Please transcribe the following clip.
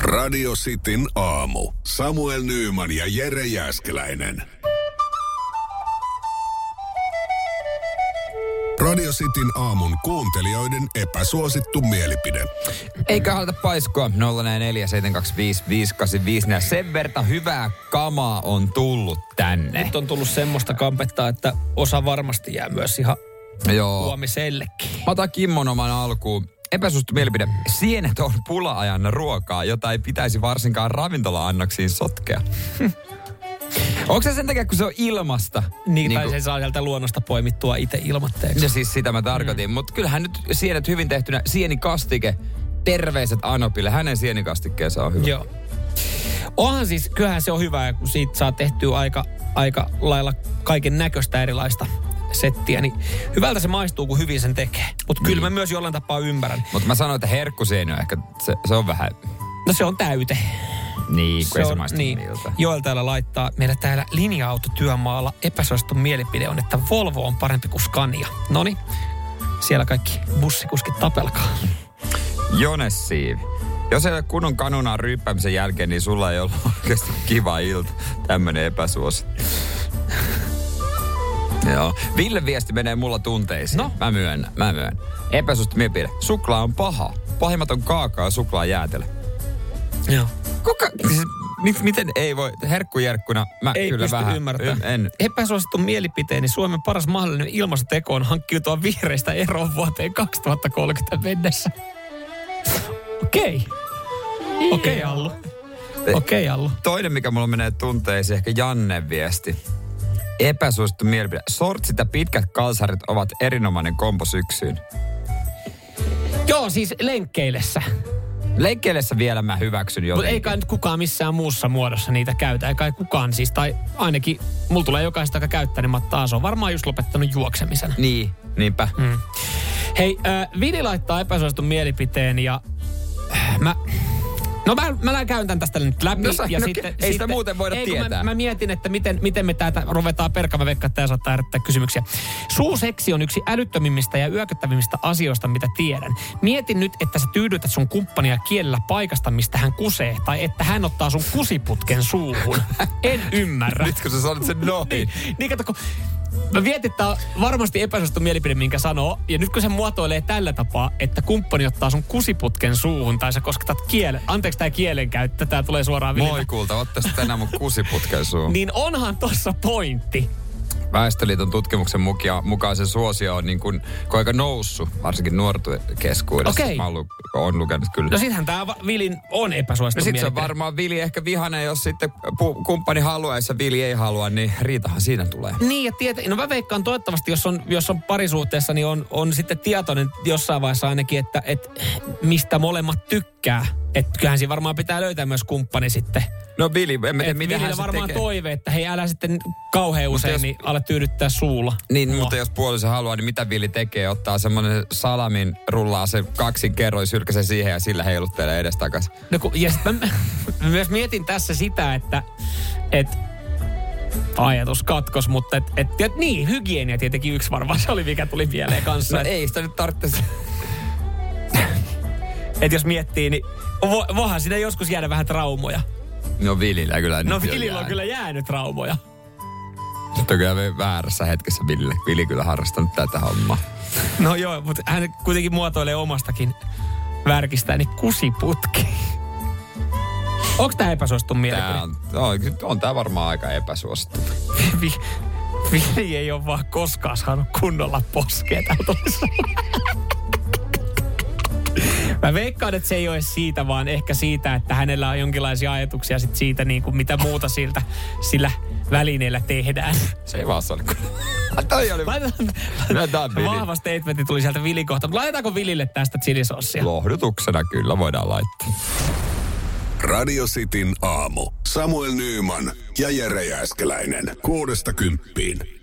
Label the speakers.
Speaker 1: Radio Cityn aamu. Samuel Nyyman ja Jere Jäskeläinen. Radio Cityn aamun kuuntelijoiden epäsuosittu mielipide.
Speaker 2: Eikä haluta paiskoa 047255854. Ja Sen verran hyvää kamaa on tullut tänne.
Speaker 3: Nyt on tullut semmoista kampetta, että osa varmasti jää myös ihan
Speaker 2: Joo.
Speaker 3: huomisellekin.
Speaker 2: Mä otan Kimmon oman alkuun. Epäsuosittu mielipide. Sienet on pula-ajan ruokaa, jota ei pitäisi varsinkaan ravintola-annoksiin sotkea. Onko se sen takia, kun se on ilmasta?
Speaker 3: Niin,
Speaker 2: Niinku-
Speaker 3: tai sen saa sieltä luonnosta poimittua itse ilmatteeksi.
Speaker 2: Ja siis sitä mä tarkoitin. Mm. Mutta kyllähän nyt sienet hyvin tehtynä, sienikastike, terveiset Anopille. Hänen sienikastikkeensa on hyvä.
Speaker 3: Joo. Onhan siis, kyllähän se on hyvä, kun siitä saa tehtyä aika, aika lailla kaiken näköistä erilaista settiä, niin hyvältä se maistuu, kun hyvin sen tekee. Mutta kyllä mä myös jollain tapaa ymmärrän.
Speaker 2: Mutta mä sanoin, että herkkusieni on ehkä, se, se on vähän,
Speaker 3: No se on täyte.
Speaker 2: niin kun ei se
Speaker 3: on-
Speaker 2: maistu
Speaker 3: niin.
Speaker 2: miltä.
Speaker 3: Joel täällä laittaa, meillä täällä linja-autotyömaalla epäsuosittu mielipide on, että Volvo on parempi kuin Scania. Noni, siellä kaikki bussikuskit tapelkaa.
Speaker 2: Jones Siivi. Jos ei ole kunnon kanunaan ryyppäämisen jälkeen, niin sulla ei ollut oikeasti kiva ilta. Tämmönen epäsuosittu. Joo. Ville viesti menee mulla tunteisiin.
Speaker 3: No.
Speaker 2: Mä myönnän, mä myönnän. Epäsuosittu mielipide. Suklaa on paha. Pahimmat on kaakaa ja suklaa jäätelö.
Speaker 3: Joo.
Speaker 2: Kuka? Siis, mi- miten ei voi? Herkkujerkkuna mä
Speaker 3: Ei
Speaker 2: kyllä
Speaker 3: pysty
Speaker 2: vähän.
Speaker 3: ymmärtämään.
Speaker 2: y- En.
Speaker 3: Epäsuosittu mielipiteeni Suomen paras mahdollinen ilmastoteko on hankkiutua vihreistä eroon vuoteen 2030 mennessä. Okei. Okei, Allu. Okei, Allu.
Speaker 2: Toinen, mikä mulla menee tunteisiin, ehkä Janne viesti. Epäsuosittu mielipide. Sortsit ja pitkät kalsarit ovat erinomainen kompo syksyyn.
Speaker 3: Joo, siis lenkkeilessä.
Speaker 2: Leikkeellessä vielä mä hyväksyn
Speaker 3: Mutta
Speaker 2: jotenkin.
Speaker 3: ei kai nyt kukaan missään muussa muodossa niitä käytä. Ei kai kukaan siis, tai ainakin mulla tulee jokaista, joka käyttää, niin mä taas on varmaan just lopettanut juoksemisen.
Speaker 2: Niin, niinpä. Mm.
Speaker 3: Hei, äh, Vili laittaa epäsuositun mielipiteen ja äh, mä... No mä, mä käyn tän tästä nyt läpi.
Speaker 2: No sä-
Speaker 3: ja
Speaker 2: no ke- ei sitä muuten voida
Speaker 3: ei, kun
Speaker 2: tietää.
Speaker 3: Mä, mä, mietin, että miten, miten me täältä ruvetaan perkaamaan veikkaa, että tää saattaa herättää kysymyksiä. Suuseksi on yksi älyttömimmistä ja yököttävimmistä asioista, mitä tiedän. Mietin nyt, että sä tyydytät sun kumppania kielellä paikasta, mistä hän kusee, tai että hän ottaa sun kusiputken suuhun. En ymmärrä.
Speaker 2: Nyt kun sä sanot sen noin.
Speaker 3: Niin, niin kato, kun mä mietin, että tää on varmasti epäsuosittu mielipide, minkä sanoo. Ja nyt kun se muotoilee tällä tapaa, että kumppani ottaa sun kusiputken suuhun tai sä kosketat kielen. Anteeksi tää kielenkäyttö, tää tulee suoraan
Speaker 2: Moi
Speaker 3: viljeltä.
Speaker 2: kulta, ottaisi tänään mun kusiputken suun.
Speaker 3: Niin onhan tossa pointti. Niin.
Speaker 2: Väestöliiton tutkimuksen mukia, mukaan se suosio on niin kuin, kun aika noussut, varsinkin nuorten keskuudessa.
Speaker 3: Okei.
Speaker 2: Mä oon, lu- oon lukenut kyllä.
Speaker 3: No sittenhän tää va- Vilin on epäsuosittu
Speaker 2: No sit se on
Speaker 3: mielipide.
Speaker 2: varmaan Vili ehkä vihainen, jos sitten pu- kumppani haluaa, jos Vili ei halua, niin riitahan siinä tulee.
Speaker 3: Niin ja tietä, no mä veikkaan toivottavasti, jos on, jos on parisuhteessa, niin on, on sitten tietoinen jossain vaiheessa ainakin, että, että mistä molemmat tykkää. Että kyllähän siinä varmaan pitää löytää myös kumppani sitten.
Speaker 2: No Vili, en mä tiedä,
Speaker 3: Et
Speaker 2: mitä hän
Speaker 3: Vilillä
Speaker 2: sitten
Speaker 3: varmaan
Speaker 2: tekee.
Speaker 3: toive, että hei älä sitten kauhean usein
Speaker 2: jos-
Speaker 3: jos... niin ala tyydyttää suulla.
Speaker 2: Niin,
Speaker 3: Mua.
Speaker 2: mutta jos puoliso haluaa, niin mitä Vili tekee? Ottaa semmonen salamin, rullaa se kaksin kerroin, sylkäsee siihen ja sillä heiluttelee edestakaisin.
Speaker 3: No, kun, ja sit mä, mä myös mietin tässä sitä, että et, ajatus katkos, mutta et, et, et, niin, hygienia tietenkin yksi varmaan se oli, mikä tuli mieleen kanssa.
Speaker 2: No
Speaker 3: et,
Speaker 2: ei sitä nyt tarvitse. e-
Speaker 3: et jos miettii, niin vo, voihan siinä joskus jäädä vähän traumoja.
Speaker 2: No Vilillä kyllä
Speaker 3: No
Speaker 2: nyt jo
Speaker 3: Vilillä on
Speaker 2: jää.
Speaker 3: kyllä jäänyt traumoja.
Speaker 2: Mutta kyllä me väärässä hetkessä Ville. Vili kyllä harrastanut tätä hommaa.
Speaker 3: No joo, mutta hän kuitenkin muotoilee omastakin värkistään, niin kusiputki. Onko tämä epäsuostun mielipide?
Speaker 2: Tää on, on, on tää varmaan aika epäsuosittu.
Speaker 3: Vi, Vili ei ole vaan koskaan saanut kunnolla poskea tältä Mä veikkaan, että se ei ole siitä, vaan ehkä siitä, että hänellä on jonkinlaisia ajatuksia sit siitä, niin kuin mitä muuta siltä sillä välineellä tehdään.
Speaker 2: Se ei vaan se oli kyllä. Toi oli
Speaker 3: Laitetaan,
Speaker 2: No, tää on Vili.
Speaker 3: vahva statementti tuli sieltä Vilin kohta. Mut Laitetaanko Vilille tästä chilisossia?
Speaker 2: lohdutuksena kyllä voidaan laittaa.
Speaker 1: Radio Cityn aamu. Samuel Nyyman ja Jere Jäskeläinen. Kuudesta kymppiin.